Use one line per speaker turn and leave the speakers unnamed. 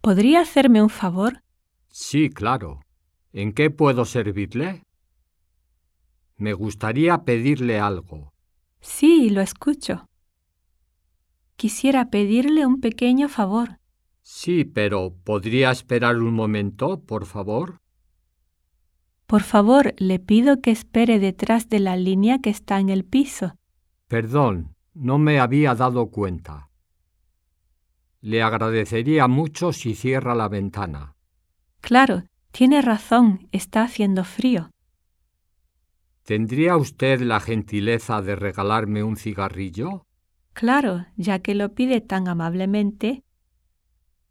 ¿Podría hacerme un favor?
Sí, claro. ¿En qué puedo servirle? Me gustaría pedirle algo.
Sí, lo escucho. Quisiera pedirle un pequeño favor.
Sí, pero ¿podría esperar un momento, por favor?
Por favor, le pido que espere detrás de la línea que está en el piso.
Perdón, no me había dado cuenta. Le agradecería mucho si cierra la ventana.
Claro, tiene razón, está haciendo frío.
¿Tendría usted la gentileza de regalarme un cigarrillo?
Claro, ya que lo pide tan amablemente,